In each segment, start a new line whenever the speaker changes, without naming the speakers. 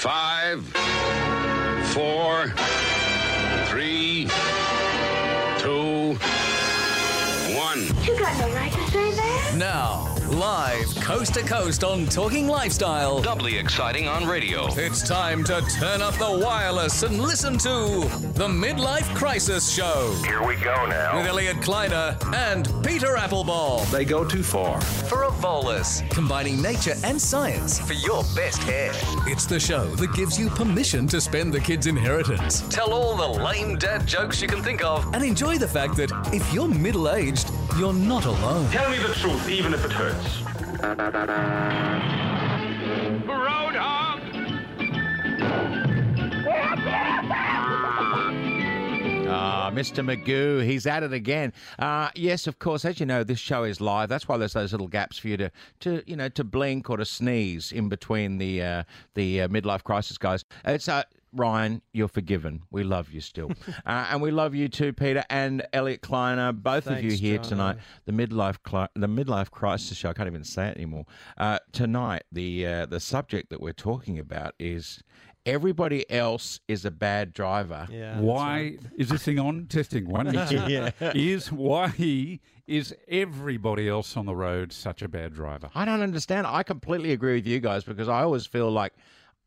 Five, four, three, two, one.
You got no right to say that.
Now, live coast to coast on Talking Lifestyle,
Doubly exciting on radio.
it's time to turn up the wireless and listen to The Midlife Crisis Show
Here we go now.
with Elliot Kleiner and Peter Applebaum
They go too far.
for a volus
combining nature and science.
for your best hair.
It's the show that gives you permission to spend the kids' inheritance.
Tell all the lame dad jokes you can think of.
And enjoy the fact that if you're middle aged, you're not alone.
Tell me the truth, even if it hurts.
Roadhog!
Ah, Mr. Magoo, he's at it again. Uh, yes, of course. As you know, this show is live. That's why there's those little gaps for you to, to you know, to blink or to sneeze in between the uh, the uh, midlife crisis guys. It's uh, Ryan, you're forgiven. We love you still, uh, and we love you too, Peter and Elliot Kleiner. Both of you here tonight. The midlife cli- the midlife crisis show. I can't even say it anymore. Uh, tonight, the uh, the subject that we're talking about is. Everybody else is a bad driver.
why is this thing on? Testing one. yeah. Is why is everybody else on the road such a bad driver?
I don't understand. I completely agree with you guys because I always feel like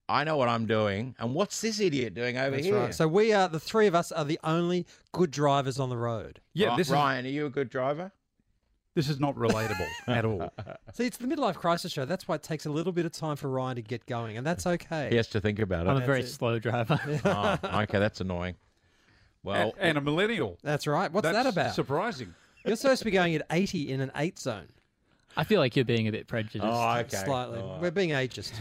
I know what I'm doing, and what's this idiot doing over
That's
here?
right. So we are the three of us are the only good drivers on the road.
Yeah,
Ri-
this is
Ryan, are you a good driver?
this is not relatable at all.
See, it's the midlife crisis show. That's why it takes a little bit of time for Ryan to get going, and that's okay.
He has to think about it.
very
slow driver.
Oh, okay, that's annoying. Well,
And, and a millennial.
That's right. What's
That's
that about?
Surprising.
You're supposed to be going at 80 in an eight zone.
I feel like you're being a bit prejudiced.
oh, okay.
Slightly. We're being ageist.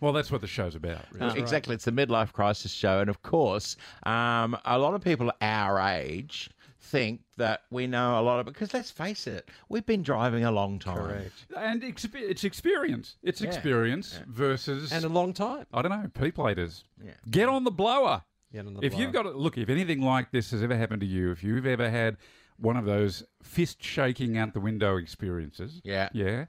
Well, that's what the show's about.
Uh,
Really.
Exactly. It's the midlife crisis show. And of course, um, a lot of people our age think that we know a lot of because let's face it, we've been driving a long time.
And exp- it's experience. It's experience versus
and a long time.
I don't know people haters. Get on the blower.
Get on the
if
blower.
you've got it, look, if anything like this has ever happened to you, if you've ever had one of those fist shaking out the window experiences,
Yeah.
yeah,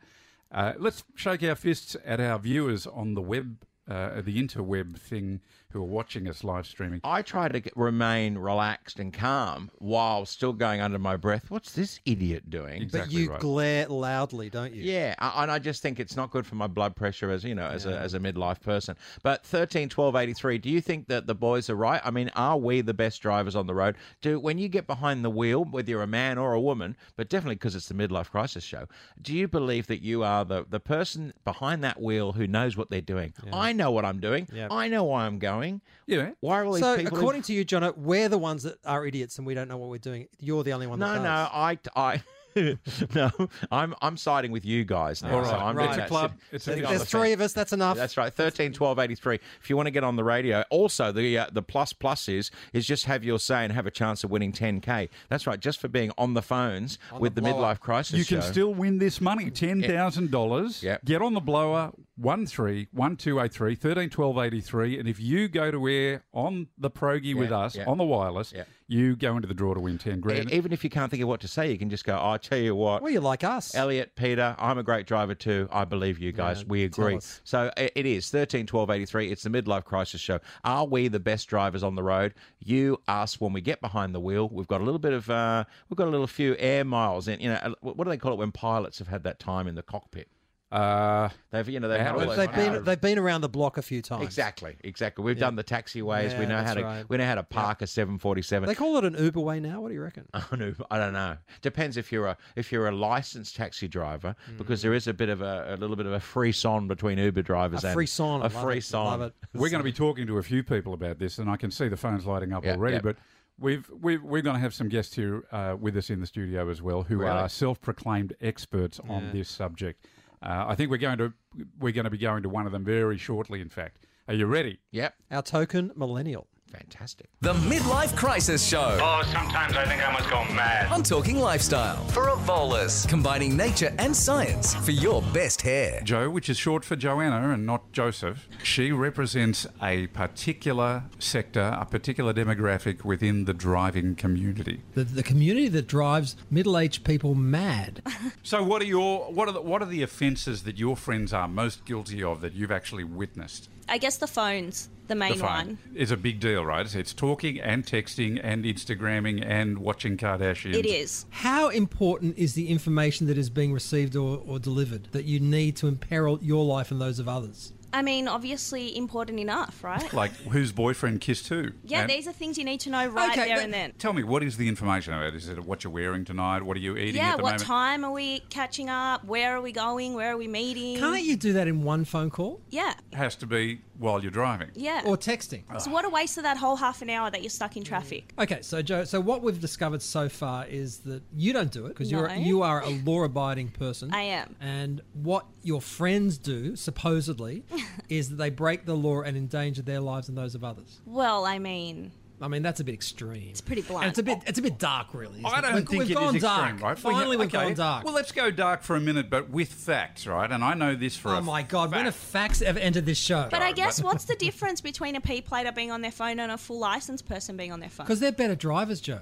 uh, let's shake our fists at our viewers on the web, uh, the interweb thing, who are watching us live streaming.
Oh,
I try to get, remain relaxed and calm while still going under my breath. What's this idiot doing?
But
Exactly
you
right.
glare loudly, don't you?
Yeah, I- and I just think it's not good for my blood pressure as you know, as a as a midlife person. But thirteen, twelve, eighty three. Do you think that the boys are right? I mean, are we the best drivers on the road? Do when you get behind the wheel, whether you're a man or a woman, but definitely because it's the midlife crisis show, do you believe that you are the the person behind that wheel who knows what they're doing? I know what I'm doing.
Yeah.
I know why I'm going.
Yeah.
Why are all these
So,
people?
according to you, Jono, we're the ones that are idiots and we don't know what we're doing. You're the only one that
no,
does.
no, I, I. no, I'm I'm siding with you guys now.
All right,
so I'm
right.
doing
It's a
that
club.
sit-
It's a
sitting
club.
on
There's
the
three
fence.
of us. That's enough.
That's right, thirteen twelve eighty three. If you want to get on the radio, also the uh, the plus plus is is just have your say and have a chance of winning ten k. That's right, just for being on the phones with the, midlife crisis.
You can
show.
still win this money, ten thousand dollars.
Yep.
Get on the blower one three one two eight three thirteen twelve eighty three, and if you go to air on the progy with us
yeah.
on the wireless,
Yeah.
you go into the draw to win ten
E-
grand.
even if you can't think of what to say, you can just go. I tell you what.
Well, you're like us.
Elliot, Peter, I'm a great driver too. I believe you guys. we
tell
agree.
us.
So i- it is 13 12 83. It's the midlife crisis show. Are we the best drivers on the road? You, us, when we get behind the wheel, we've got a little bit of, uh, we've got a little few air miles in. You know, a- what do they call it when pilots have had that time in the cockpit?
uh,
They've, you know, they've had all
Hours.
those
they've
hours.
been they've been around the block a few times.
Exactly, exactly. We've done the taxiways. we
Yeah,
know how
that's
to
right.
we know how to park a seven forty seven.
They call it an Uber way now. What do you reckon?
I don't know- I don't know. Depends if you're a if you're a licensed taxi driver,
Hmm.
because there is a bit of a, a little bit of a frisson between Uber drivers
a
and
free sign. I
A
love
free
it.
sign.
Love it.
we're going to be talking to a few people about this, and I can see the phones lighting up
Yeah,
already.
yeah.
But we've, we've we're going to have some guests here uh, with us in the studio as well, who are self-proclaimed experts on this subject. Uh, I think we're going to we're going to be going to one of them very shortly. In fact, are you ready?
Yep,
Our token millennial.
fantastic.
The Midlife Crisis Show
Oh, sometimes I think I must go mad.
on Talking Lifestyle,
For a volus
combining nature and science for your best hair.
Jo, which is short for Joanna and not Joseph, she represents a particular sector, a particular demographic within the driving community.
the, the community that drives middle-aged people mad.
So, what are your what are the, what are the offences that your friends are most guilty of that you've actually witnessed?
I guess the phone's the main
the phone
one.
is a big deal, right? It's talking and texting and Instagramming and watching Kardashians.
It is.
How important is the information that is being received or, or delivered that you need to imperil your life and those of others?
I mean, obviously important enough, right?
Like whose boyfriend kissed who?
yeah,
And-
these are things you need to know right
Okay,
there
but
and then.
Tell me, what is the information about? it? Is it what you're wearing tonight? What are you eating
Yeah,
at the
what
moment?
time are we catching up? Where are we going? Where are we meeting?
Can't you do that in one phone call?
Yeah,
Has to be while you're driving.
yeah.
Or texting?
So what a waste of that whole half an hour that you're stuck in traffic.
Okay, so Joe, so what we've discovered so far is that you don't do it because you're
No.
you are a law-abiding person.
I am.
And what your friends do supposedly is that they break the law and endanger their lives and those of others.
Well, I mean,
I mean that's a bit extreme. It's
pretty blunt.
it's a bit it's a bit dark, really. isn't
I
it?
don't
We've-
think
we've
it is
gone
extreme,
dark.
right? We-
Finally, we've
okay.
gone dark.
Well, let's go dark for a minute, but with facts, right? And I know this for a
oh my god, when have facts ever entered this show?
But I guess what's the difference between a P plater being on their phone and a full licensed person being on their phone?
because they're better drivers, Joe.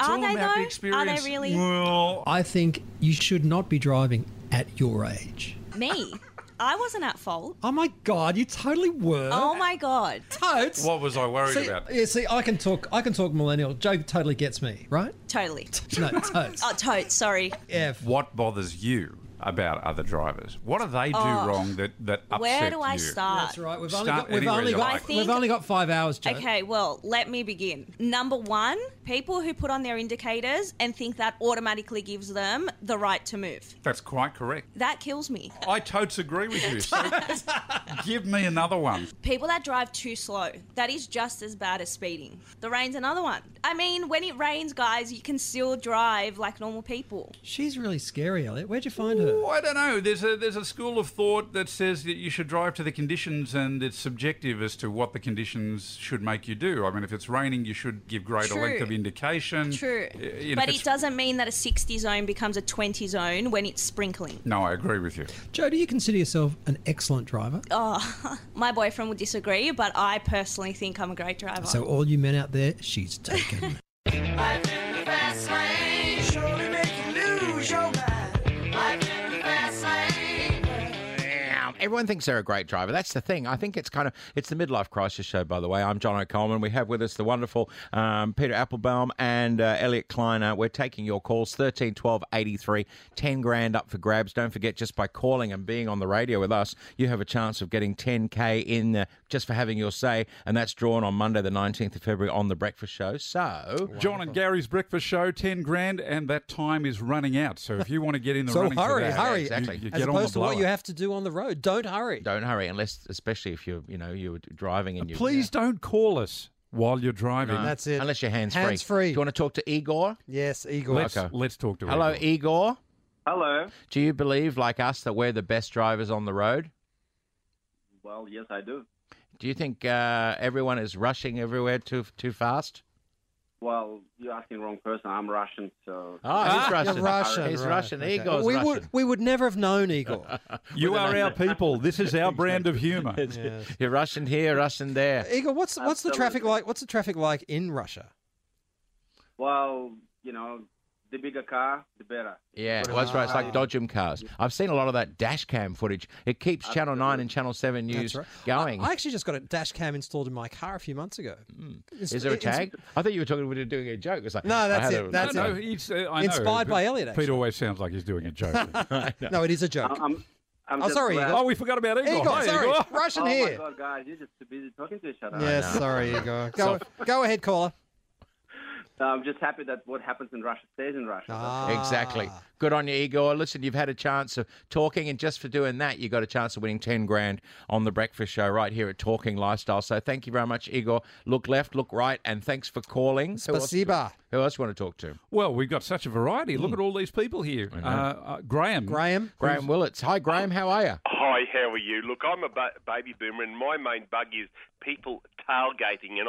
Are they
about the
though? Are
experience.
they really?
I think you should not be driving at your age.
Me. I wasn't at fault.
Oh my god, you totally were.
Oh my god.
Totes.
What was I worried
See,
about?
yeah, see, I can talk. I can talk millennial. Joe totally gets me, right?
Totally.
No, totes.
Oh, totes, sorry.
F.
What bothers you about other drivers? What do they do
Oh.
wrong that that upset
Where do I
you?
start?
That's right. We've
Start
only got. We've
anywhere
only
you
got.
like. I
We've
think-
only got five hours, Joe.
Okay, well, let me begin. Number one, people who put on their indicators and think that automatically gives them the right to move.
That's quite correct.
That kills me.
I totes agree with you. So give me another one.
People that drive too slow, that is just as bad as speeding. The rain's another one. I mean, when it rains, guys, you can still drive like normal people.
She's really scary, Elliot. Where'd you find her?
Oh, I don't know. There's a there's a school of thought that says that you should drive to the conditions, and it's subjective as to what the conditions should make you do. I mean, if it's raining, you should give greater
True.
length of indication.
True.
Uh, you know,
But
if
it
it's-
doesn't mean that a 60 zone becomes a 20 zone when it's sprinkling.
No, I agree with you.
Joe, do you consider yourself an excellent driver?
Oh, my boyfriend would disagree, but I personally think I'm a great driver.
So all you men out there, she's taken.
Everyone thinks they're a great driver. That's the thing. I think it's kind of it's the midlife crisis show. By the way, I'm John O'Coleman. We have with us the wonderful um, Peter Applebaum and uh, Elliot Kleiner. We're taking your calls 13, 12, 83, 10 grand up for grabs. Don't forget, just by calling and being on the radio with us, you have a chance of getting 10k in uh, just for having your say, and that's drawn on Monday the 19th of February on the Breakfast Show. So,
John and Gary's breakfast show, ten grand, and that time is running out. So if you want to get in the
So
running, for
hurry,
that,
hurry.
you-
Exactly.
you
As
get on
opposed
the
to what
blower.
you have to do on the road. Don't hurry.
don't hurry unless, especially if you're you know you're driving and you
Please don't call us while you're driving.
Uh, That's it.
unless you're hands free.
Hands-free.
Do you want to talk to Igor?
Yes, Igor.
Let's
Okay.
let's talk to
Hello,
Igor.
Igor.
Hello.
Do you believe, like us, that we're the best drivers on the road?
Well, yes, I do.
Do you think uh, everyone is rushing everywhere too too fast?
Well, you're asking the wrong person. I'm Russian, so.
Oh,
Ah,
he's
You're
Russian.
Russian,
He's
right,
Russian.
okay.
Igor's
we
Russian.
would we would never have known Igor.
You are our people. This is our brand of humour.
You're Russian here, Russian there.
Igor, what's what's the traffic
Absolutely.
like? What's the traffic like in Russia?
Well, you know, the bigger car, the better.
Yeah, well, that's right. It's
Ah.
like Dodgem cars. I've seen a lot of that dash cam footage. It keeps Channel 9 and Channel 7 News
That's right.
going.
I, I actually just got a dash cam installed in my car a few months ago. It's-
is there a
it's-
tag? I thought you were talking, we were doing a joke. It's like,
No, that's
I had
it,
a-
that's
no,
it.
no, he's, uh, I know.
Inspired by Elliot,
Pete
actually.
always sounds like he's doing a joke.
No, it is a joke.
Uh,
I'm. I'm, I'm
Oh,
just
sorry,
glad-
oh, we forgot about Igor.
Igor,
Hi,
sorry,
Igor.
Russian
Oh, my
here.
God, guys, you're just too busy talking to each other.
Yes, sorry, Igor. Go, go ahead, caller.
No, I'm just happy that what happens in Russia stays in Russia.
Ah. Exactly.
Ah.
Good on you, Igor. Listen, you've had a chance of talking, and just for doing that, you got a chance of winning 10 grand on The Breakfast Show right here at Talking Lifestyle. So thank you very much, Igor. Look left, look right, and thanks for calling. Who else-
Spasiba.
Who else you want to talk to?
Well, we've got such a variety. Look at all these people here. Uh, uh, Graham.
Hmm. Graham.
Graham Willits. Hi, Graham. How are you?
Hi, how are you? Look, I'm a ba- baby boomer, and my main bug is people tailgating, and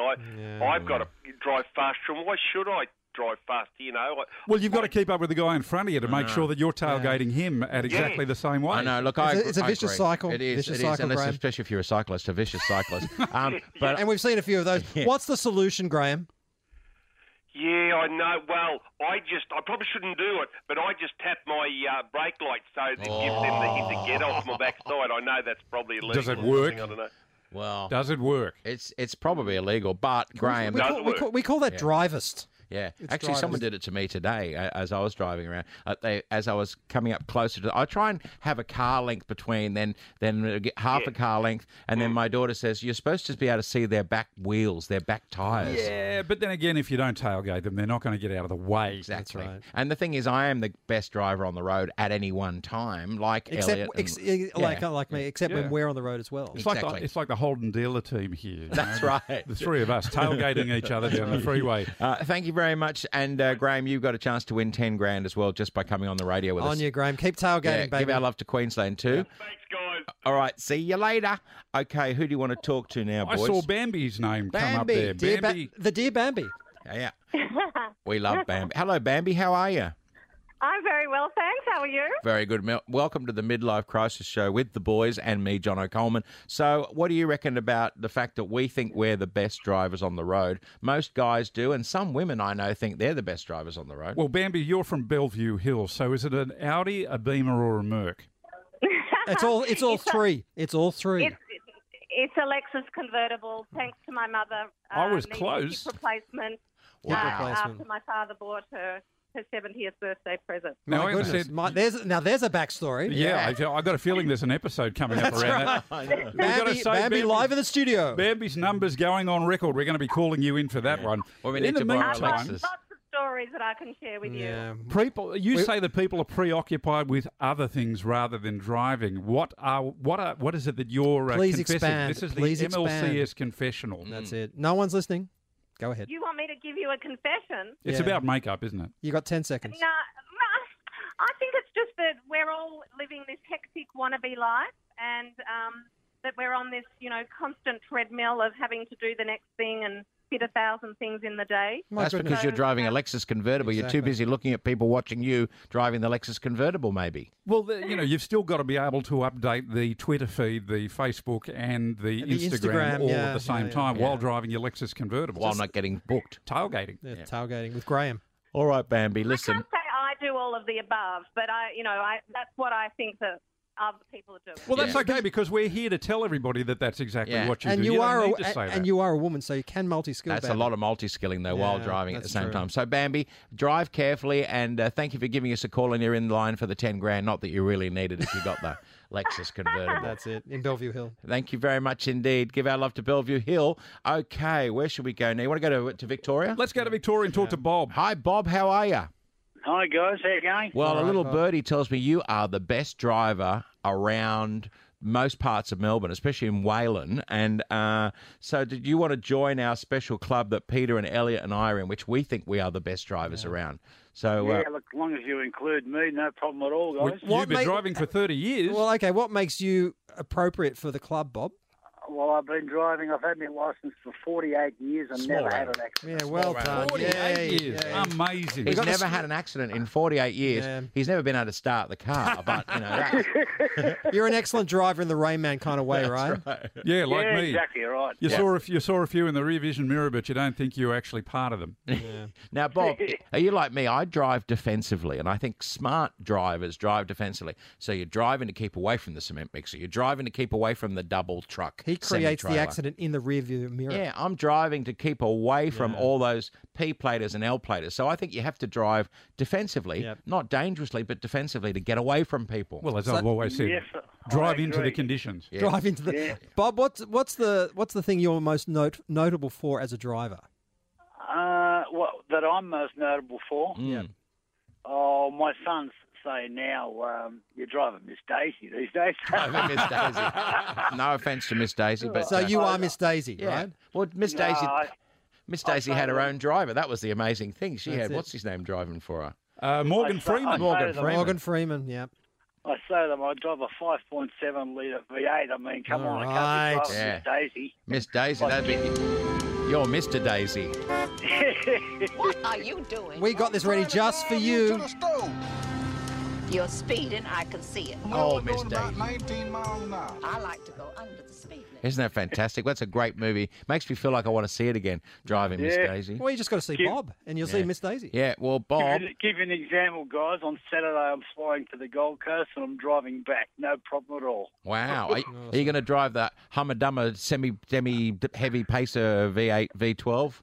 I, I've got to drive faster. And why should I drive faster? You know, I,
Well, you've got to keep up with the guy in front of you to make sure that you're tailgating him at exactly the same way.
I know. Look, I
It's a-
agree-
it's a
I
vicious
agree.
cycle.
It is.
Vicious
it is,
cycle,
unless,
Graham.
especially if you're a cyclist, a vicious cyclist. um, but
And we've seen a few of those. What's the solution, Graham?
yeah, I know. Well, I just, I probably shouldn't do it, but I just tap my uh, brake light so it gives them the hit to get off my backside. I know that's probably illegal.
Does it
or something,
work?
I don't know.
Well,
does it work?
It's it's probably illegal, but Graham,
we, call, we, call, we call that
Yeah.
drivist.
Yeah,
It's
actually,
drivers.
someone did it to me today uh, as I was driving around. Uh, they, as I was coming up closer to, I try and have a car length between, then then uh, get half a car length, and
Mm.
then my daughter says you're supposed to be able to see their back wheels, their back tires.
Yeah, but then again, if you don't tailgate them, they're not going to get out of the way.
Exactly. And the thing is, I am the best driver on the road at any one time, like
Except
Elliot. and-
ex- eh, like
Yeah.
like me, except
Yeah.
when we're on the road as well.
It's like the, it's like the Holden dealer team here. you
That's
know?
right.
The three of us tailgating each other down the freeway.
Uh, thank you very much. And uh, Graham, you got a chance to win 10 grand as well just by coming on the radio with us.
on you, Graham. Keep tailgating,
Yeah,
baby.
give our love to Queensland too. Thanks, guys. All right, see you later. Okay, who do you want to talk to now,
I
boys?
saw Bambi's name come up
Bambi,
there.
dear Ba-
Bambi.
the dear Bambi.
Yeah, we love Bambi. Hello, Bambi. How are you?
I'm very well, thanks. How are you?
Very good. Mel- Welcome to the Midlife Crisis Show with the boys and me, John O'Coleman. So, what do you reckon about the fact that we think we're the best drivers on the road? Most guys do, and some women I know think they're the best drivers on the road.
Well, Bambi, you're from Bellevue Hill, so is it an Audi, a Beamer, or a Merc?
It's all it's all three. It's all three.
It's, it's a Lexus convertible, thanks to my mother.
I was
needing
close.
Hip replacement. uh,
Hip replacement.
uh,
After my father bought her her 70th birthday present.
Now,
My
I
goodness.
said-
My- there's now there's a backstory.
Yeah, I, I got a feeling there's an episode coming up
That's
around
right.
that. We've got to
Bambi,
say
Bambi
Bambi-
live in the studio.
Bambi's numbers going on record. We're going to be calling you in for that one. Well,
we need to
Oh,
borrow
I've got lots of stories that I can share with you.
People, you say that people are preoccupied with other things rather than driving. What are what are what is it that you're uh,
Please
confessing?
expand.
This is
Please
the
expand.
MLCS confessional.
That's it. No one's listening. Go ahead.
You want me to give you a confession?
It's
Yeah.
about makeup, isn't it?
You got ten seconds.
No, no, I think it's just that we're all living this hectic wannabe life, and um, that we're on this, you know, constant treadmill of having to do the next thing and fit a thousand things in the day.
That's because you're driving a Lexus convertible. You're too
Exactly.
busy looking at people watching you driving the Lexus convertible, maybe.
Well, the, you know, you've still got to be able to update the Twitter feed, the Facebook, and the,
And the Instagram,
all
yeah,
at the same
yeah, yeah.
time while
Yeah.
driving your Lexus convertible.
While not getting booked.
Tailgating.
Yeah, Tailgating with Graham.
All right, Bambi, listen.
say I do all of the above, but I, you know, I that's what I think that other people do.
Well, that's okay because we're here to tell everybody that that's exactly
Yeah.
what you
And
do.
you,
don't
are a,
need to say
and,
that.
you are a woman, so you can multi-skill.
That's a
Bambi.
lot of multi skilling, though, while
Yeah,
driving at the
that's
same
true.
time. So, Bambi, drive carefully and uh, thank you for giving us a call and you're in line for the 10 grand. Not that you really need it if you got the Lexus convertible.
That's it in Bellevue Hill.
Thank you very much indeed. Give our love to Bellevue Hill. Okay, where should we go now? You want to go to, to Victoria?
Let's go to Victoria and talk to Bob.
Hi, Bob. How are you?
Hi guys, how you going?
Well, a little birdie tells me you are the best driver around most parts of Melbourne, especially in Wayland. And uh, so, did you want to join our special club that Peter and Elliot and I are in, which we think we are the best drivers around? So, uh,
yeah, look, as long as you include me, no problem at all, guys.
You've been driving for 30 years.
Well, okay. What makes you appropriate for the club, Bob?
Well, I've been driving. I've had my license for 48 years and
Small
never had an
round.
accident.
Yeah, well done.
48
Yay,
years.
yay.
Amazing.
he's never had an accident in 48 years.
Yeah.
He's never been able to start the car, but you know, that-
Um,
You're an excellent driver in the Rain Man kind of way, right?
Yeah, like
yeah,
me.
exactly right.
You saw a, you saw a few in the rear vision mirror, but you don't think you're actually part of them.
Now, Bob, are you like me? I drive defensively, and I think smart drivers drive defensively. So you're driving to keep away from the cement mixer. You're driving to keep away from the double truck.
He creates the
semi-trailer.
accident in the rearview mirror.
Yeah, I'm driving to keep away from all those P platers and L platers. So I think you have to drive defensively, not dangerously, but defensively to get away from people.
Well, as I've always said,
Yes, I
drive into the
agree.
conditions.
Drive into the Bob. What's what's the what's the thing you're most note, notable for as a driver?
Uh, well, that I'm most notable for.
Yeah.
Oh, my sons say now um, you're driving Miss Daisy these days.
Driving Miss Daisy. no offense to Miss Daisy, but
so
uh,
you are Miss Daisy,
yeah.
right?
Well, Miss
No,
Daisy,
I-
Miss
I
Daisy had her
totally-
own driver. That was the amazing thing. She
That's
had
it.
what's his name driving for her.
Uh, Morgan
I say- I
Freeman.
say Morgan that I- Freeman.
Morgan Freeman. Yeah.
I say to them, I drive a 5.7 litre V8. I mean, come on, I can't be driving
Alright.
Miss Daisy.
Miss Daisy, that'd be you're Mr. Daisy.
what
We got this ready just for you.
You're speeding, I can see it.
Oh, Miss Daisy.
19 miles an hour. I like to go under the speed limit.
Isn't that fantastic? That's a great movie. Makes me feel like I want to see it again. Driving Miss Daisy.
Well, you just got to see
Give-
Bob, and you'll
Yeah.
see Miss Daisy.
Yeah, well, Bob.
Give you, give you an example, guys. On Saturday, I'm flying to the Gold Coast and I'm driving back. No problem at all.
Wow. Are, are you going to drive that Hummer Dummer semi semi heavy pacer V8 V12?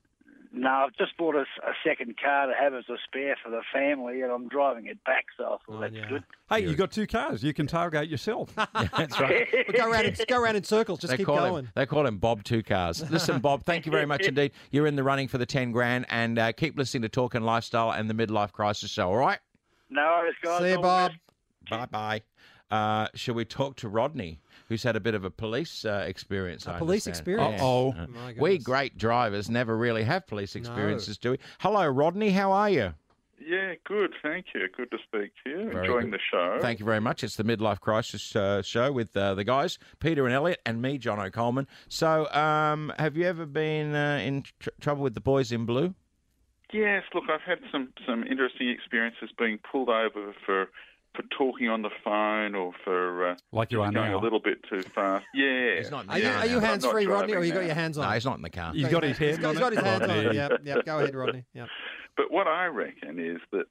No, I've just bought a, s- a second car to have as a spare for the family, and I'm driving it back. So I thought that's good.
Hey, you got two cars. You can tailgate yourself.
That's right.
Well, go around, in, go around in circles. Just
they
keep
call
going.
Him, they call him Bob Two Cars. Listen, Bob, thank you very much indeed. You're in the running for the 10 grand and uh, keep listening to Talking Lifestyle and the Midlife Crisis Show, all right?
No worries, guys.
See you,
All
Bob.
Bye bye. Uh, shall we talk to Rodney, who's had a bit of a police uh, experience? A
police experience.
Oh,
Uh-oh. My
we great drivers never really have police experiences, do we? Hello, Rodney. How are you?
Yeah, good. Thank you. Good to speak to you.
Very
Enjoying
good.
the show.
Thank you very much. It's the Midlife Crisis uh, show with uh, the guys, Peter and Elliot, and me, John O'Coleman. So, um, have you ever been uh, in tr- trouble with the boys in blue?
Yes, look, I've had some, some interesting experiences being pulled over for for talking on the phone or for uh,
Like you are
going
now.
a little bit too fast. Yeah.
He's not
Are you, are you hands free, Rodney, or you got your hands on?
No, he's not in the car.
He's got his He's hand got- on he's got it. his hands on it. Yep, yep. Go ahead, Rodney. Yep.
But what I reckon is that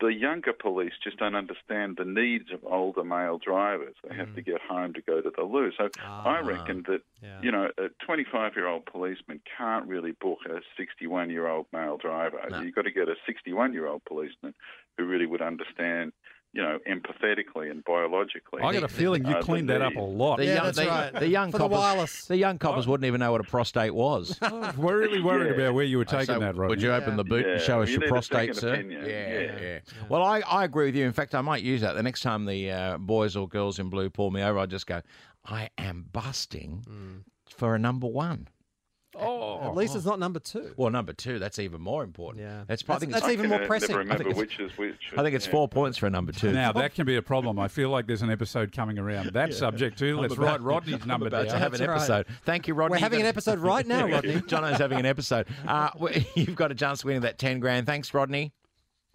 the younger police just don't understand the needs of older male drivers. They have to get home to go to the loo. So I reckon that you know a 25-year-old policeman can't really book a 61-year-old male driver. You've got to get a 61-year-old policeman who really would understand. You know, empathetically and biologically.
I got a feeling you
uh, the
cleaned that up a
needs.
lot.
The young, the, the young coppers, the young coppers wouldn't even know what a prostate was.
We're really worried
Yeah.
about where you were
I
taking
say,
that, Rodney.
Would you open the boot and show us
You
your
need a
prostate,
second
sir?
opinion.
Yeah,
Yeah.
yeah, Well, I, I agree with you. In fact, I might use that the next time the uh, boys or girls in blue pull me over. I just go, I am busting for a number one.
Oh, at least it's not number two.
Well, number two, that's even more important. Yeah, that's, I
That's-
think
that's
it's,
even I more can, uh, never pressing.
I remember
think it's-
which is which.
I think it's
Yeah.
four points for a number two.
Now that can be a problem. I feel like there's an episode coming around that subject too.
I'm
Let's
about-
write Rodney's
I'm
number
about to
down.
have an episode. Thank you, Rodney.
We're having an episode right now, Rodney.
Jono's having an episode. Uh, we- you've got a chance of winning that ten grand. Thanks, Rodney.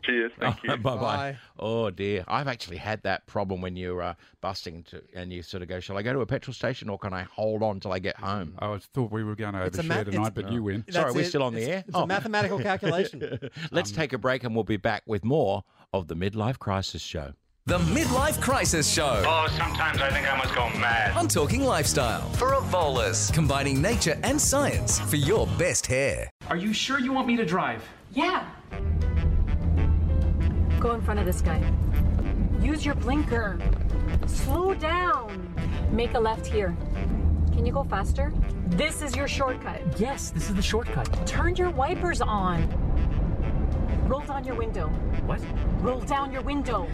Cheers. Thank you.
bye bye. Oh dear, I've actually had that problem when you're uh, busting to, and you sort of go, "Shall I go to a petrol station or can I hold on till I get home?"
I thought we were going to
It's
a
overshare
ma- it's-
tonight, but you win.
Sorry,
That's
we're
it.
still on the
It's-
air.
it's a mathematical calculation.
Let's take a break and we'll be back with more of the midlife crisis show.
The Midlife Crisis Show.
Oh, sometimes I think I must go mad.
I'm talking lifestyle for Evolus, combining nature and science for your best hair.
Are you sure you want me to drive?
Yeah. Go in front of this guy. Use your blinker. Slow down. Make a left here. Can you go faster? This is your shortcut.
Yes, this is the shortcut.
Turn your wipers on. Roll down your window. What? Roll down your window.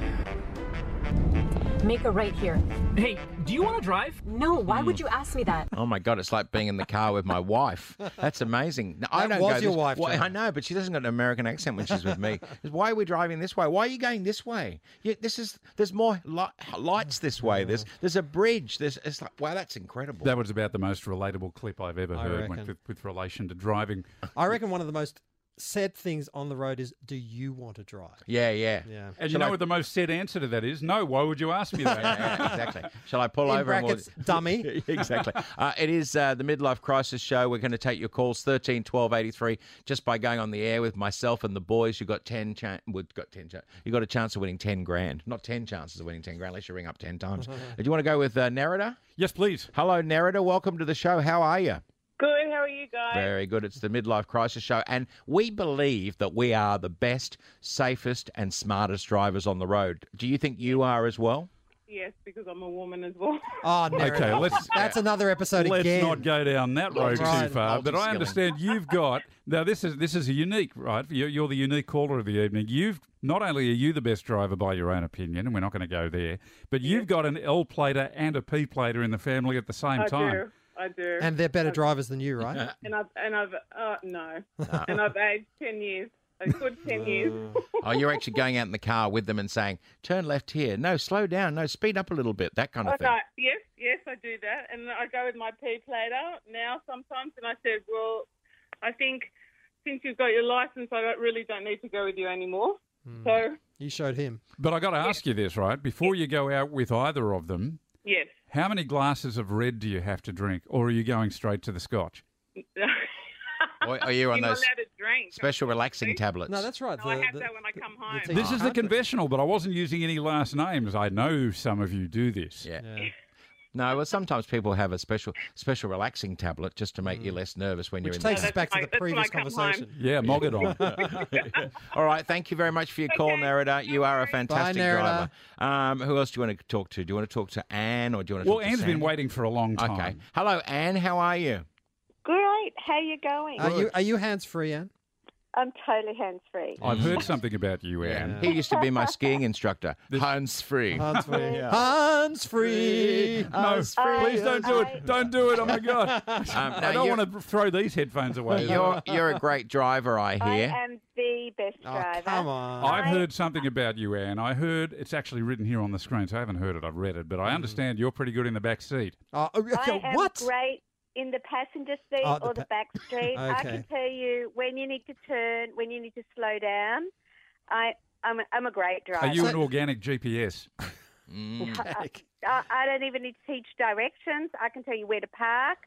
Make a right here. Hey, do you want to drive? No, why would you ask me that?
Oh my god, it's like being in the car with my wife. That's amazing. No, I
That
don't
was
go
your
this-
wife,
Why-
John.
I know, but she doesn't got an American accent when she's with me. Why are we driving this way? Why are you going this way? You, this is there's more li- lights this way. There's there's a bridge. There's it's like wow, that's incredible.
That was about the most relatable clip I've ever
I
heard
reckon.
with, with, with relation to driving.
I reckon one of the most sad things on the road is, do you want to drive?
Yeah, yeah,
Yeah.
And you
Shall
know
I-
what the most said answer to that is? No. Why would you ask me that?
exactly. Shall I pull
In
over? and
brackets, dummy.
exactly. Uh, it is uh, the midlife crisis show. We're going to take your calls 13 12 83 just by going on the air with myself and the boys. You got ten chan- we've got ten chan- You got a chance of winning ten grand. Not ten chances of winning ten grand unless you ring up ten times. Uh, Do you want to go with uh, Narada?
Yes, please.
Hello, Narada. Welcome to the show. How are you?
Good. How are you guys?
Very good. It's the Midlife Crisis Show, and we believe that we are the best, safest, and smartest drivers on the road. Do you think you are as well?
Yes, because I'm a woman as well.
Oh, no.
Okay, let's.
That's another episode
Let's
again.
not go down that road
Right.
too far. But I
Multi-skilling.
understand you've got now. This is this is a unique, right? You're, you're the unique caller of the evening. You've not only are you the best driver by your own opinion, and we're not going to go there, but you've got an L plater and a P plater in the family at the same
I
time.
do. I do.
And they're better
I've-
drivers than you, right?
And I've and I've uh, no. and I've aged ten years. A good ten years.
Oh, you're actually going out in the car with them and saying, "Turn left here." No, slow down. No, speed up a little bit. That kind of
Okay. Yes, yes, I do that, and I go with my P plater now sometimes. And I said, well, I think since you've got your license, I don't, really don't need to go with you anymore. So
You showed him.
But I got to ask you this, right? Before you go out with either of them,
Yes.
how many glasses of red do you have to drink, or are you going straight to the scotch?
Or are you on
You're
those
allowed to drink.
special relaxing tablets?
No, that's right.
No, I
the-
have
the-
that when I come home.
This is the
Uh-huh.
conventional, but I wasn't using any last names. I know some of you do this.
Yeah. No, well, sometimes people have a special, special relaxing tablet just to make
Mm.
you less nervous when
Which
you're in.
takes us back to the previous conversation.
Yeah, Mogadon.
All right, thank you very much for your call, Narada. You are a fantastic
Narada.
driver. Um, who else do you want to talk to? Do you want to talk to Anne or do you want to
Well,
talk to
Anne's been
Sandy?
waiting for a long time.
Okay. Hello, Anne. How are you?
Great. How you going?
Are you are you hands free, Anne?
I'm totally hands free.
I've heard something about you, Anne.
He used to be my skiing instructor. Hans Free. Um,
Hans free.
Yeah.
Hans free.
No,
Oh,
please don't do it. Don't do it. Oh my god.
Um, now
I don't
you're-
want to throw these headphones away.
You're, you're a great driver, I
I
hear.
am the best driver.
I've heard something about you, Anne. I heard it's actually written here on the screen, so I haven't heard it. I've read it, but I
Mm-hmm.
understand you're pretty good in the back seat.
Oh,
I am great in the passenger seat
Oh, the
or the back seat. I
Okay.
can tell you when you need to turn, when you need to slow down. I, I'm, a, I'm a great driver.
Are you an organic GPS? Mm.
I, I, I don't even need to teach directions. I can tell you where to park,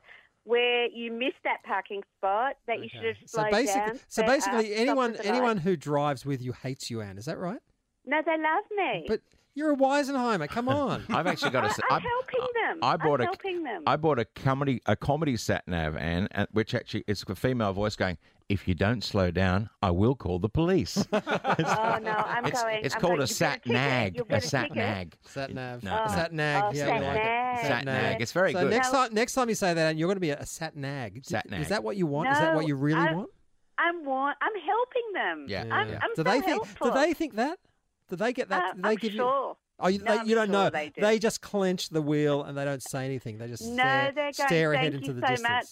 where you missed that parking spot that you should have
So
slowed
basically,
down.
so
that, uh,
basically,
stopped
anyone
at the light.
anyone who drives with you hates you, Anne. Is that right?
No, they love me.
But you're a Weisenheimer. Come on.
I've actually got a s-
I,
I'm-
am helping them.
I bought
am
a-
helping them.
I bought a comedy a comedy sat nav, Anne, and- which actually it's a female voice going, "If you don't slow down, I will call the police."
oh no, I'm
it's
going.
it's
I'm
called
going. You've got
a sat
ticket.
nag.
You've
A
got
sat
ticket.
nag.
Sat nav.
No.
Sat nag.
Oh,
yeah,
sat
we like
nag.
It.
Sat nag. It's very
so
good.
Next time, next time you say that, Anne, you're going to be a sat nag.
Sat nag.
Is that what you want? Is that what
No,
you really
I-
want?
I'm wa- I'm helping them.
Yeah.
I'm,
Yeah.
I'm
do
so
they think?
helpful.
Do they think that? Do they get that?
Uh,
do they
I'm
give
sure.
you? Oh, you,
No,
they,
I'm
you don't
sure
know.
they do.
just clench the wheel and they don't say anything. They just
No, they're
stare,
going.
stare ahead
Thank
into
you
the
so
distance.
much.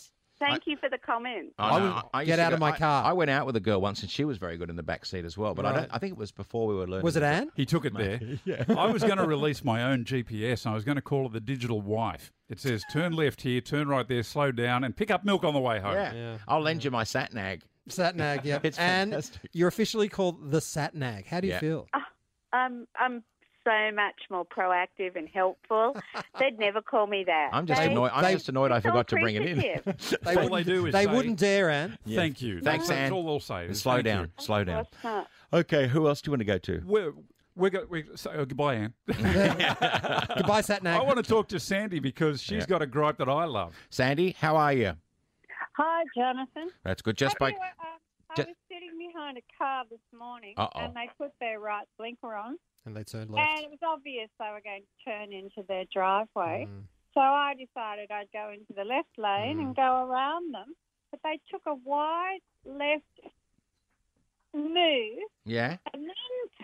Thank you for the comment.
Oh.
I would
used
get
to
out of my
I-
car.
I went out with a girl once, and she was very good in the back seat as well. But I
Right.
don't. I think it was before we were learning.
Was it
to-
Anne?
He took it there. I was going to release my own GPS and I was going to call it the digital wife. It says turn left here, turn right there, slow down, and pick up milk on the way home.
Yeah. I'll lend you my sat nag.
Sat nag. Yeah.
It's
and
fantastic.
you're officially called the sat nag. How do you
Yeah.
feel?
Oh. I'm I'm so much more proactive and helpful. They'd never call me that.
I'm just
They-
annoyed. I'm
they-
just annoyed. I
it's all
forgot to bring it in.
appreciative.
They
All they
wouldn't-
do is
they
say,
wouldn't dare, Anne.
Yeah.
Thank you.
Thanks,
That's
Anne.
all they'll say. is
Slow
thank you.
down. Slow down.
It's not.
Okay. Who else do you want to go to?
We're, we're, go- we're so, oh, goodbye, Anne.
Goodbye, sat
I
nag.
want to talk to Sandy because she's got a gripe that I love.
Sandy, how are you?
Hi, Jonathan.
That's good. Just by.
Anyway, um, I
ju-
was sitting behind a car this morning,
Uh-oh.
and they put their right blinker on,
And they turned
and it was obvious they were going to turn into their driveway.
Mm.
So I decided I'd go into the left lane and go around them, but they took a wide left move
Yeah.
and then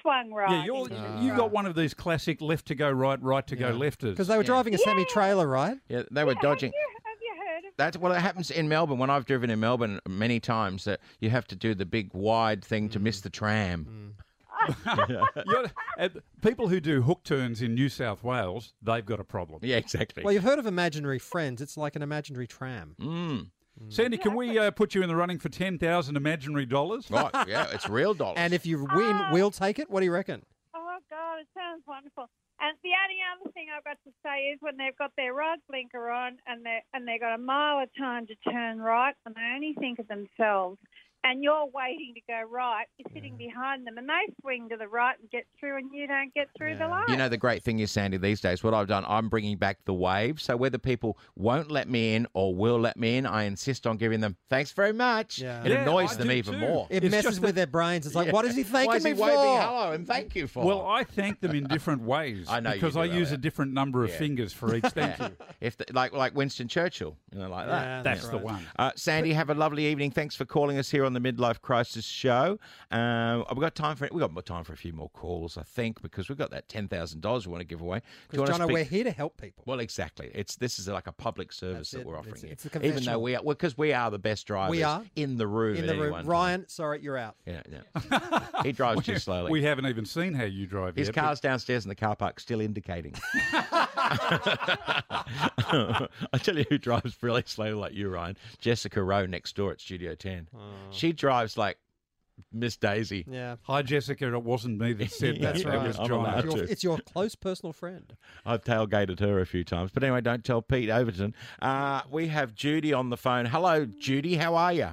swung right.
yeah, you're,
Uh.
into the
you've got one of these classic left to go right, right to go lefters.
Because they were driving a semi trailer, right?
Yeah. They were dodging.
Have you heard of
That's well, it happens in Melbourne. When I've driven in Melbourne many times, that you have to do the big wide thing to miss the tram.
You're- uh, people who do hook turns in New South Wales, they've got a problem.
Yeah, exactly.
Well, you've heard of imaginary friends. It's like an imaginary tram.
Mm.
Sandy, can we uh, put you in the running for ten thousand imaginary dollars?
Right. Yeah. It's real dollars.
And if you win,
Ah.
we'll take it. What do you reckon?
Oh God, it sounds wonderful. And the only other thing I've got to say is when they've got their right blinker on and they and they've got a mile of time to turn right, and they only think of themselves. And you're waiting to go right. You're
Mm.
sitting behind them, and they swing to the right and get through, and you don't get through the line.
You know, the great thing is, Sandy, these days, what I've done, I'm bringing back the wave. So whether people won't let me in or will let me in, I insist on giving them thanks very much. It
Yeah,
annoys
I
them
do
even
too.
more.
It
It's
messes
just
with their brains. It's like,
Yeah.
what is he thanking
Why is he
me
waving
for?
hello and thank you for?
Well, I thank them in different ways.
Oh. I know you
because
do
I
that,
use
yeah.
a different number of
Yeah.
fingers for each. Thank
Yeah.
you.
If the, like like Winston Churchill, you know,
Ah,
like that.
Yeah, That's that's the right. one.
Uh, Sandy, have a lovely evening. Thanks for calling us here on the Midlife Crisis Show. Um, we've got time for we got more time for a few more calls, I think, because we've got that ten thousand dollars we want to give away. Do you
Because,
wanna
Jono,
speak-
we're here to help people.
Well, exactly. It's this is like a public service
That's
that
it.
we're
It's-
offering
it's
you,
a
even though
confessional.
we are because we are the best drivers.
are.
in the room.
In
at
the
any
room.
one time.
Ryan, sorry, you're out.
Yeah, yeah. he drives too slowly.
We haven't even seen how you drive
His
yet, but-
car's downstairs in the car park, still indicating. I tell you who drives
Oh.
really slow like you, Ryan. Jessica Rowe next door at Studio 10. She drives like Miss Daisy.
Yeah.
Hi, Jessica. It wasn't me that said that.
That's
It
right.
was
I'm
John.
allowed
It's your,
to.
it's your close personal friend.
I've tailgated her a few times. But anyway, don't tell Pete Overton. Uh, we have Judy on the phone. Hello, Judy. How are you?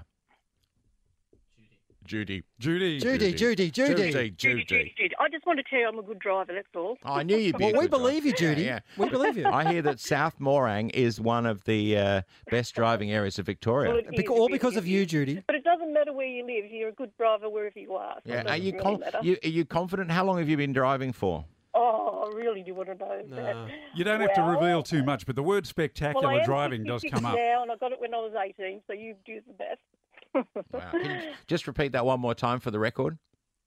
Judy.
Judy.
Judy, Judy, Judy.
Judy, Judy.
Judy, I just want to tell you I'm a good driver, that's all.
I knew you'd be. a
Well, we
good driver.
believe you, Judy. We believe you.
I hear that South Morang is one of the uh, best driving areas of Victoria.
Well, it is, Beca- all it because is, of it
you, Judy.
But it doesn't matter where you live, you're a good driver wherever you are. so it
Yeah. Are
doesn't
you,
really
con-
matter.
you are you confident? How long have you been driving for?
Oh, really, do you want to know that?
uh, You don't have to
Well-
reveal too much, but the word
Well, I
spectacular
am
driving does
66
come up.
now, and I got it when I was 18, so you do the best.
Just repeat that one more time for the record.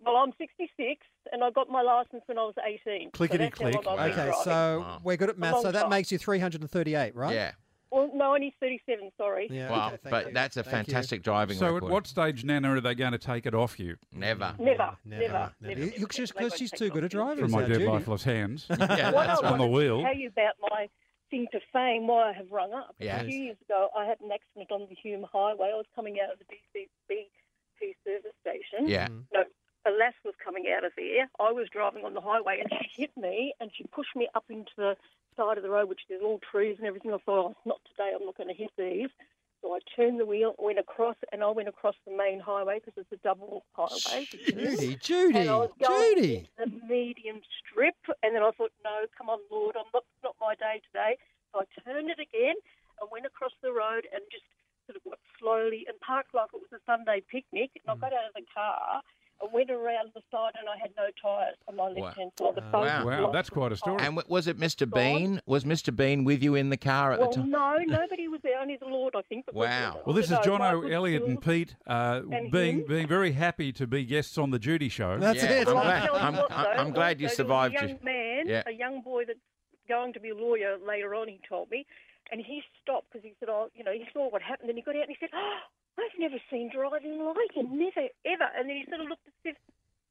Well, I'm 66, and I got my license when I was 18. so that's how long I've been
Okay,
driving.
so we're good at
A
math. So
long
that
time.
makes you 338, right?
Yeah.
Well, oh, no, I need 37, sorry.
Yeah,
Wow, but that's a fantastic driving
So,
record.
at what stage, Nana, are they going to take it off you?
Never.
Never, never, never.
You- you- just because she's too good a driver.
From my
is
dead
our Judy.
lifeless hands.
What I
on the
wanted to
wheel.
tell you about my thing to fame, why I have rung up.
Yes.
A few years ago, I had an accident on the Hume Highway. I was coming out of the DCBP service station.
Yeah.
Mm-hmm.
Mhm.
No, a lass was coming out of there. I was driving on the highway, and she hit me, and she pushed me up into the side of the road, which there's all trees and everything. I thought, oh, not today. I'm not going to hit these. So I turned the wheel, went across, and I went across the main highway because it's a double highway.
Judy, Judy,
And I was going
Judy.
into The medium strip, and then I thought, no, come on, Lord, I'm not, it's not my day today. So I turned it again and went across the road and just sort of went slowly and parked like it was a Sunday picnic.
Hmm.
And I got out of the car and went around the side, and I had no tyres on my left hand side.
Uh,
The front
Wow.
block.
that's quite a story.
And w- was it Mr. Bean? Was Mr. Bean with you in the car at
Well,
the time?
no, nobody was there, only the Lord, I think. that was there.
Well, this is
No,
John
my
O.
good
Elliott and
Lord.
Pete uh,
And
being
him.
being very happy to be guests on the Judy Show.
That's
Yeah, it. I'm
Well,
glad-
I'll tell you
I'm-
what,
I'm-
though,
I'm glad you
there was
survived
A
it.
young man,
Yeah.
a young boy that's going to be a lawyer later on, he told me, and he stopped because he said, "Oh, you know," he saw what happened, and he got out and he said, oh, "I've never seen driving like it, never ever." And then he sort of looked at this,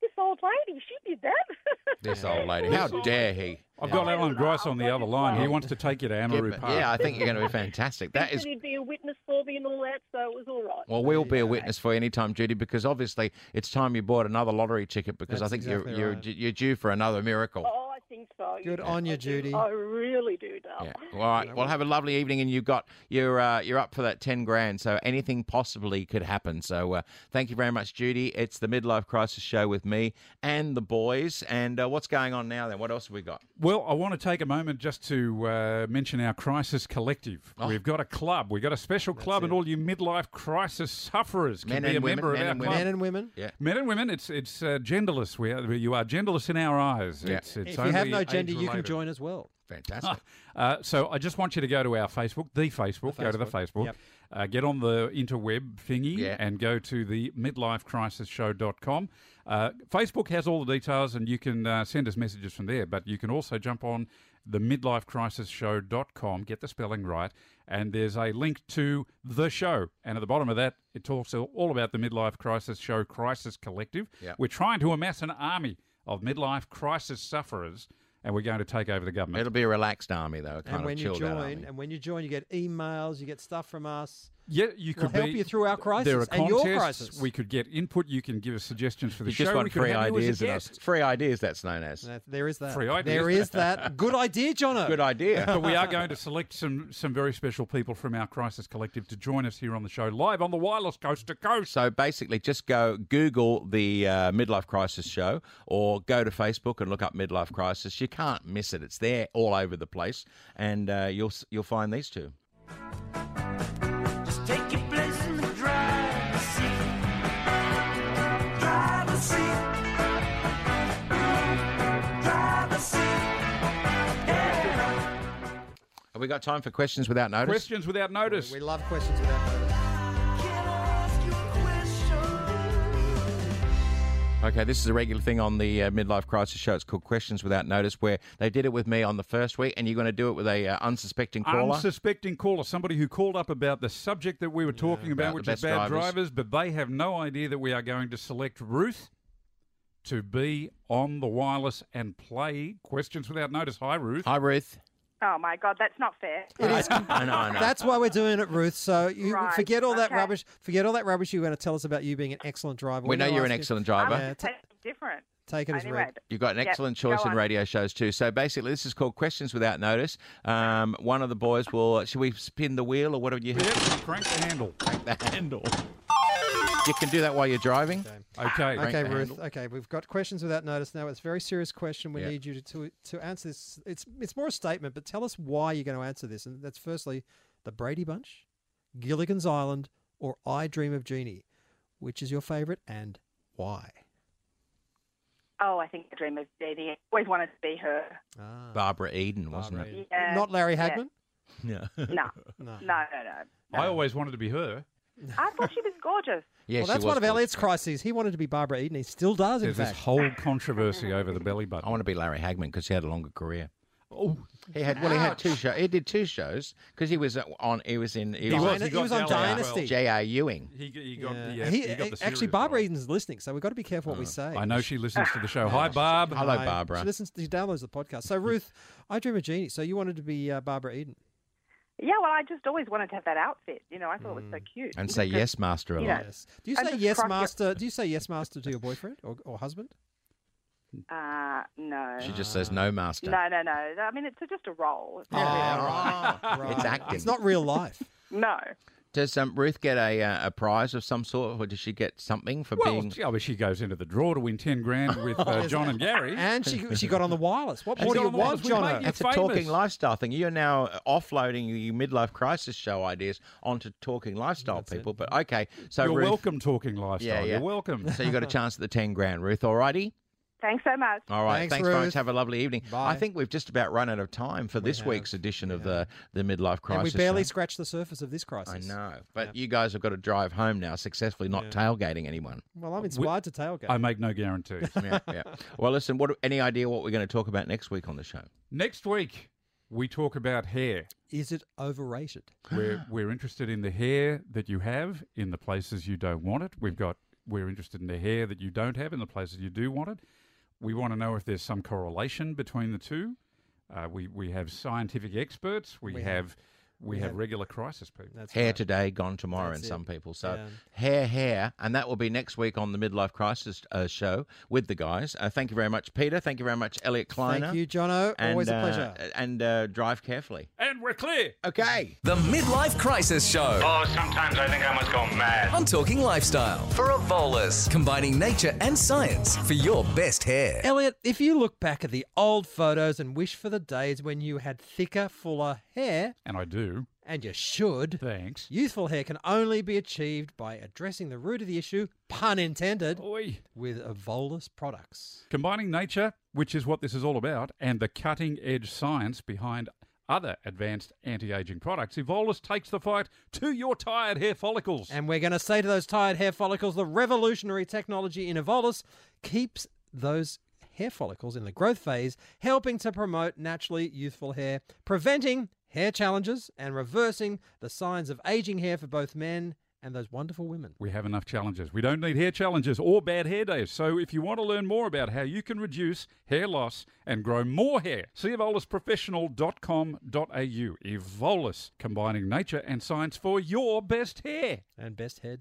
this old lady. She did that.
This old lady. How dare he?
I've got Alan Grice on the other line. He wants to take you to Amaru
Yeah,
Park.
I think you're going to be fantastic. That
he
is
said he'd be a witness for me and all that, so it was all right.
Well, we'll be a witness for you anytime, Judy, because obviously it's time you bought another lottery ticket because I
That's
think
exactly
you're, you're,
right.
d- you're due for another miracle.
Oh, I think so.
Good on you,
I do.
Judy.
Oh.
I really do, darling.
Yeah. All right. Well, have a lovely evening, and you've got you're uh, you're up for that ten grand. So anything possibly could happen. So uh, thank you very much, Judy. It's the midlife crisis show with me and the boys. And uh, what's going on now? Then what else have we got?
Well, I want to take a moment just to uh, mention our Crisis Collective.
Oh.
We've got a club. We've got a special club, and all you midlife crisis sufferers can
Men
be
and
a
women,
member
men
of our
and
club.
women. Men and
women.
Yeah.
Men and women. It's it's uh, genderless. We are, you are genderless in our eyes.
Yeah.
It's, it's
if you have
only
no gender, you can
age-related.
join as well.
Fantastic.
Uh, so I just want you to go to our Facebook, the Facebook, go to the
Facebook,
Facebook,
yep.
uh, get on the interweb thingy
Yeah.
and go to the midlifecrisisshow.com. Uh, Facebook has all the details and you can uh, send us messages from there, but you can also jump on the midlifecrisisshow.com, get the spelling right, and there's a link to the show. And at the bottom of that, it talks all about the Midlife Crisis Show Crisis Collective.
Yep.
We're trying to amass an army of midlife crisis sufferers, and we're going to take over the government.
It'll be a relaxed army, though. a Kind
And
of
when you
chilled out army.
join, and when you join, you get emails, you get stuff from us.
Yeah, you
We'll
could
help
be-
you through our crisis
There are
and your
contests.
crisis.
We could get input. You can give us suggestions for the
You just
show. we
want
could
free
have you as a
ideas and
guest.
us. Free ideas. That's known as.
That- There is that.
Free ideas.
There is that. Good idea, Jono.
Good idea.
but we are going to select some some very special people from our crisis collective to join us here on the show live on the wireless coast to coast.
So basically, just go Google the uh, Midlife Crisis Show or go to Facebook and look up Midlife Crisis. You can't miss it. It's there all over the place, and uh, you'll s- you'll find these two.
Just take your place in the driver's seat. Driver's seat. Driver's seat. Yeah.
Have we got time for questions without notice?
Questions without notice.
We love questions without notice.
Okay, this is a regular thing on the uh, Midlife Crisis Show. It's called Questions Without Notice, where they did it with me on the first week, and you're going to do it with a uh, unsuspecting caller.
Unsuspecting caller, somebody who called up about the subject that we were talking about,
about
which
the
is
best
bad
drivers.
drivers. but they have no idea that we are going to select Ruth to be on the wireless and play questions without notice. Hi, Ruth.
Hi, Ruth.
Oh my God, that's not fair.
It is
I know, I know.
That's why we're doing it, Ruth. So you
Right,
forget all that
okay.
rubbish. Forget all that rubbish you were going to tell us about you being an excellent driver.
We know you're an
asking-
excellent driver.
Yeah, ta-
different.
take it as
Anyway,
read.
You've got an
Yep,
excellent
go
choice in
on.
radio shows too. So basically, this is called Questions Without Notice. Um, one of the boys will. Should we spin the wheel or what do you?
crank the handle.
Crank the handle. You can do that while you're driving.
Okay.
Okay, Ruth. Okay, we've got questions without notice now. It's a very serious question. We
Yeah.
need you to, to to answer this. It's it's more a statement, but tell us why you're going to answer this. And that's firstly, the Brady Bunch, Gilligan's Island, or I Dream of Jeannie. Which is your favourite and why?
Oh, I think I dream of Didi. Always wanted to be her.
Ah,
Barbara Eden, wasn't it?
Yeah.
Not Larry
Yeah.
Hagman.
No.
No.
No.
no, no,
I always wanted to be her.
no. I thought she was gorgeous.
Yeah,
well,
she
that's one
was
of Elliot's crises. He wanted to be Barbara Eden. He still does, in
There's this
fact.
whole controversy over the belly button.
I want to be Larry Hagman because he had a longer career.
Oh,
He had well, he had two shows. He did two shows because he was uh, on. He was in.
He was, he He got was on Dallas as well. Dynasty.
J.R. Ewing.
He, he got,
Yeah.
the
He-
he, got the
actually,
serious-
Barbara Eden's listening, so we've got to be careful what we say.
I know she listens to the show. Hi, Barb.
Hello,
Hi.
Barbara.
She listens. She downloads the podcast. So Ruth, I dream of Jeannie. So you wanted to be uh, Barbara Eden.
Yeah, well, I just always wanted to have that outfit. You know, I thought it was so
Mm.
cute.
And say yes, master. a
Yeah.
lot.
Yes. Do you
I
say
just
yes,
cross your-
master? Do you say yes, master, to your boyfriend or, or husband?
Uh, no.
She just says no, master.
No, no, no. I mean, it's just a role. It's not really a role.
Oh, Right.
It's acting.
It's not real life.
No.
Does um, Ruth get a uh, a prize of some sort, or does she get something for
Well,
being?
gee, oh, but she goes into the draw to win ten grand with uh, John and Gary.
And she she got on the wireless. What
And
more do
got
you
on the wireless.
want,
We
John?
made you
It's a
famous.
talking lifestyle thing. You're now uh, offloading the midlife crisis show ideas onto talking lifestyle people. But okay, so
You're
Ruth,
welcome, talking lifestyle.
Yeah, yeah.
You're welcome.
So you got a chance at the ten grand, Ruth. Alrighty.
Thanks so much.
All right.
Thanks,
Thanks, folks.
Ruth.
Have a lovely evening.
Bye.
I think we've just about run out of time for this week's edition of the the midlife crisis.
And we barely
show.
scratched the surface of this crisis.
I know, but you guys have got to drive home now successfully, not tailgating anyone.
Well, I'm inspired to tailgate.
I make no guarantees.
Yeah, yeah. Well, listen. What? Any idea what we're going to talk about next week on the show?
Next week, we talk about hair.
Is it overrated?
We're we're interested in the hair that you have in the places you don't want it. We've got we're interested in the hair that you don't have in the places you do want it. We want to know if there's some correlation between the two. Uh, we we have scientific experts. We,
We have-
have, we
we
have
have-
regular crisis people.
That's
hair
right.
today, gone tomorrow,
That's
in
it.
some people. So
Yeah.
hair, hair, and that will be next week on the midlife crisis uh, show with the guys. Uh, thank you very much, Peter. Thank you very much, Elliot Kleiner.
Thank you, Jono.
And,
Always a
uh,
pleasure.
and uh, drive carefully.
And we're clear.
Okay.
The Midlife Crisis Show
Oh, sometimes I think I must go mad.
on Talking Lifestyle for Evolus, combining nature and science for your best hair.
Elliot, if you look back at the old photos and wish for the days when you had thicker, fuller hair,
And I do.
and you should,
Thanks.
youthful hair can only be achieved by addressing the root of the issue, pun intended,
Oi.
with Evolus products.
Combining nature, which is what this is all about, and the cutting edge science behind other advanced anti aging products, Evolus takes the fight to your tired hair follicles.
And we're going to say to those tired hair follicles, the revolutionary technology in Evolus keeps those hair follicles in the growth phase, helping to promote naturally youthful hair, preventing hair challenges, and reversing the signs of aging hair for both men and those wonderful women.
we have enough challenges. We don't need hair challenges or bad hair days. So if you want to learn more about how you can reduce hair loss and grow more hair, see evolusprofessional.com.au. Evolus, combining nature and science for your best hair.
And best hair day.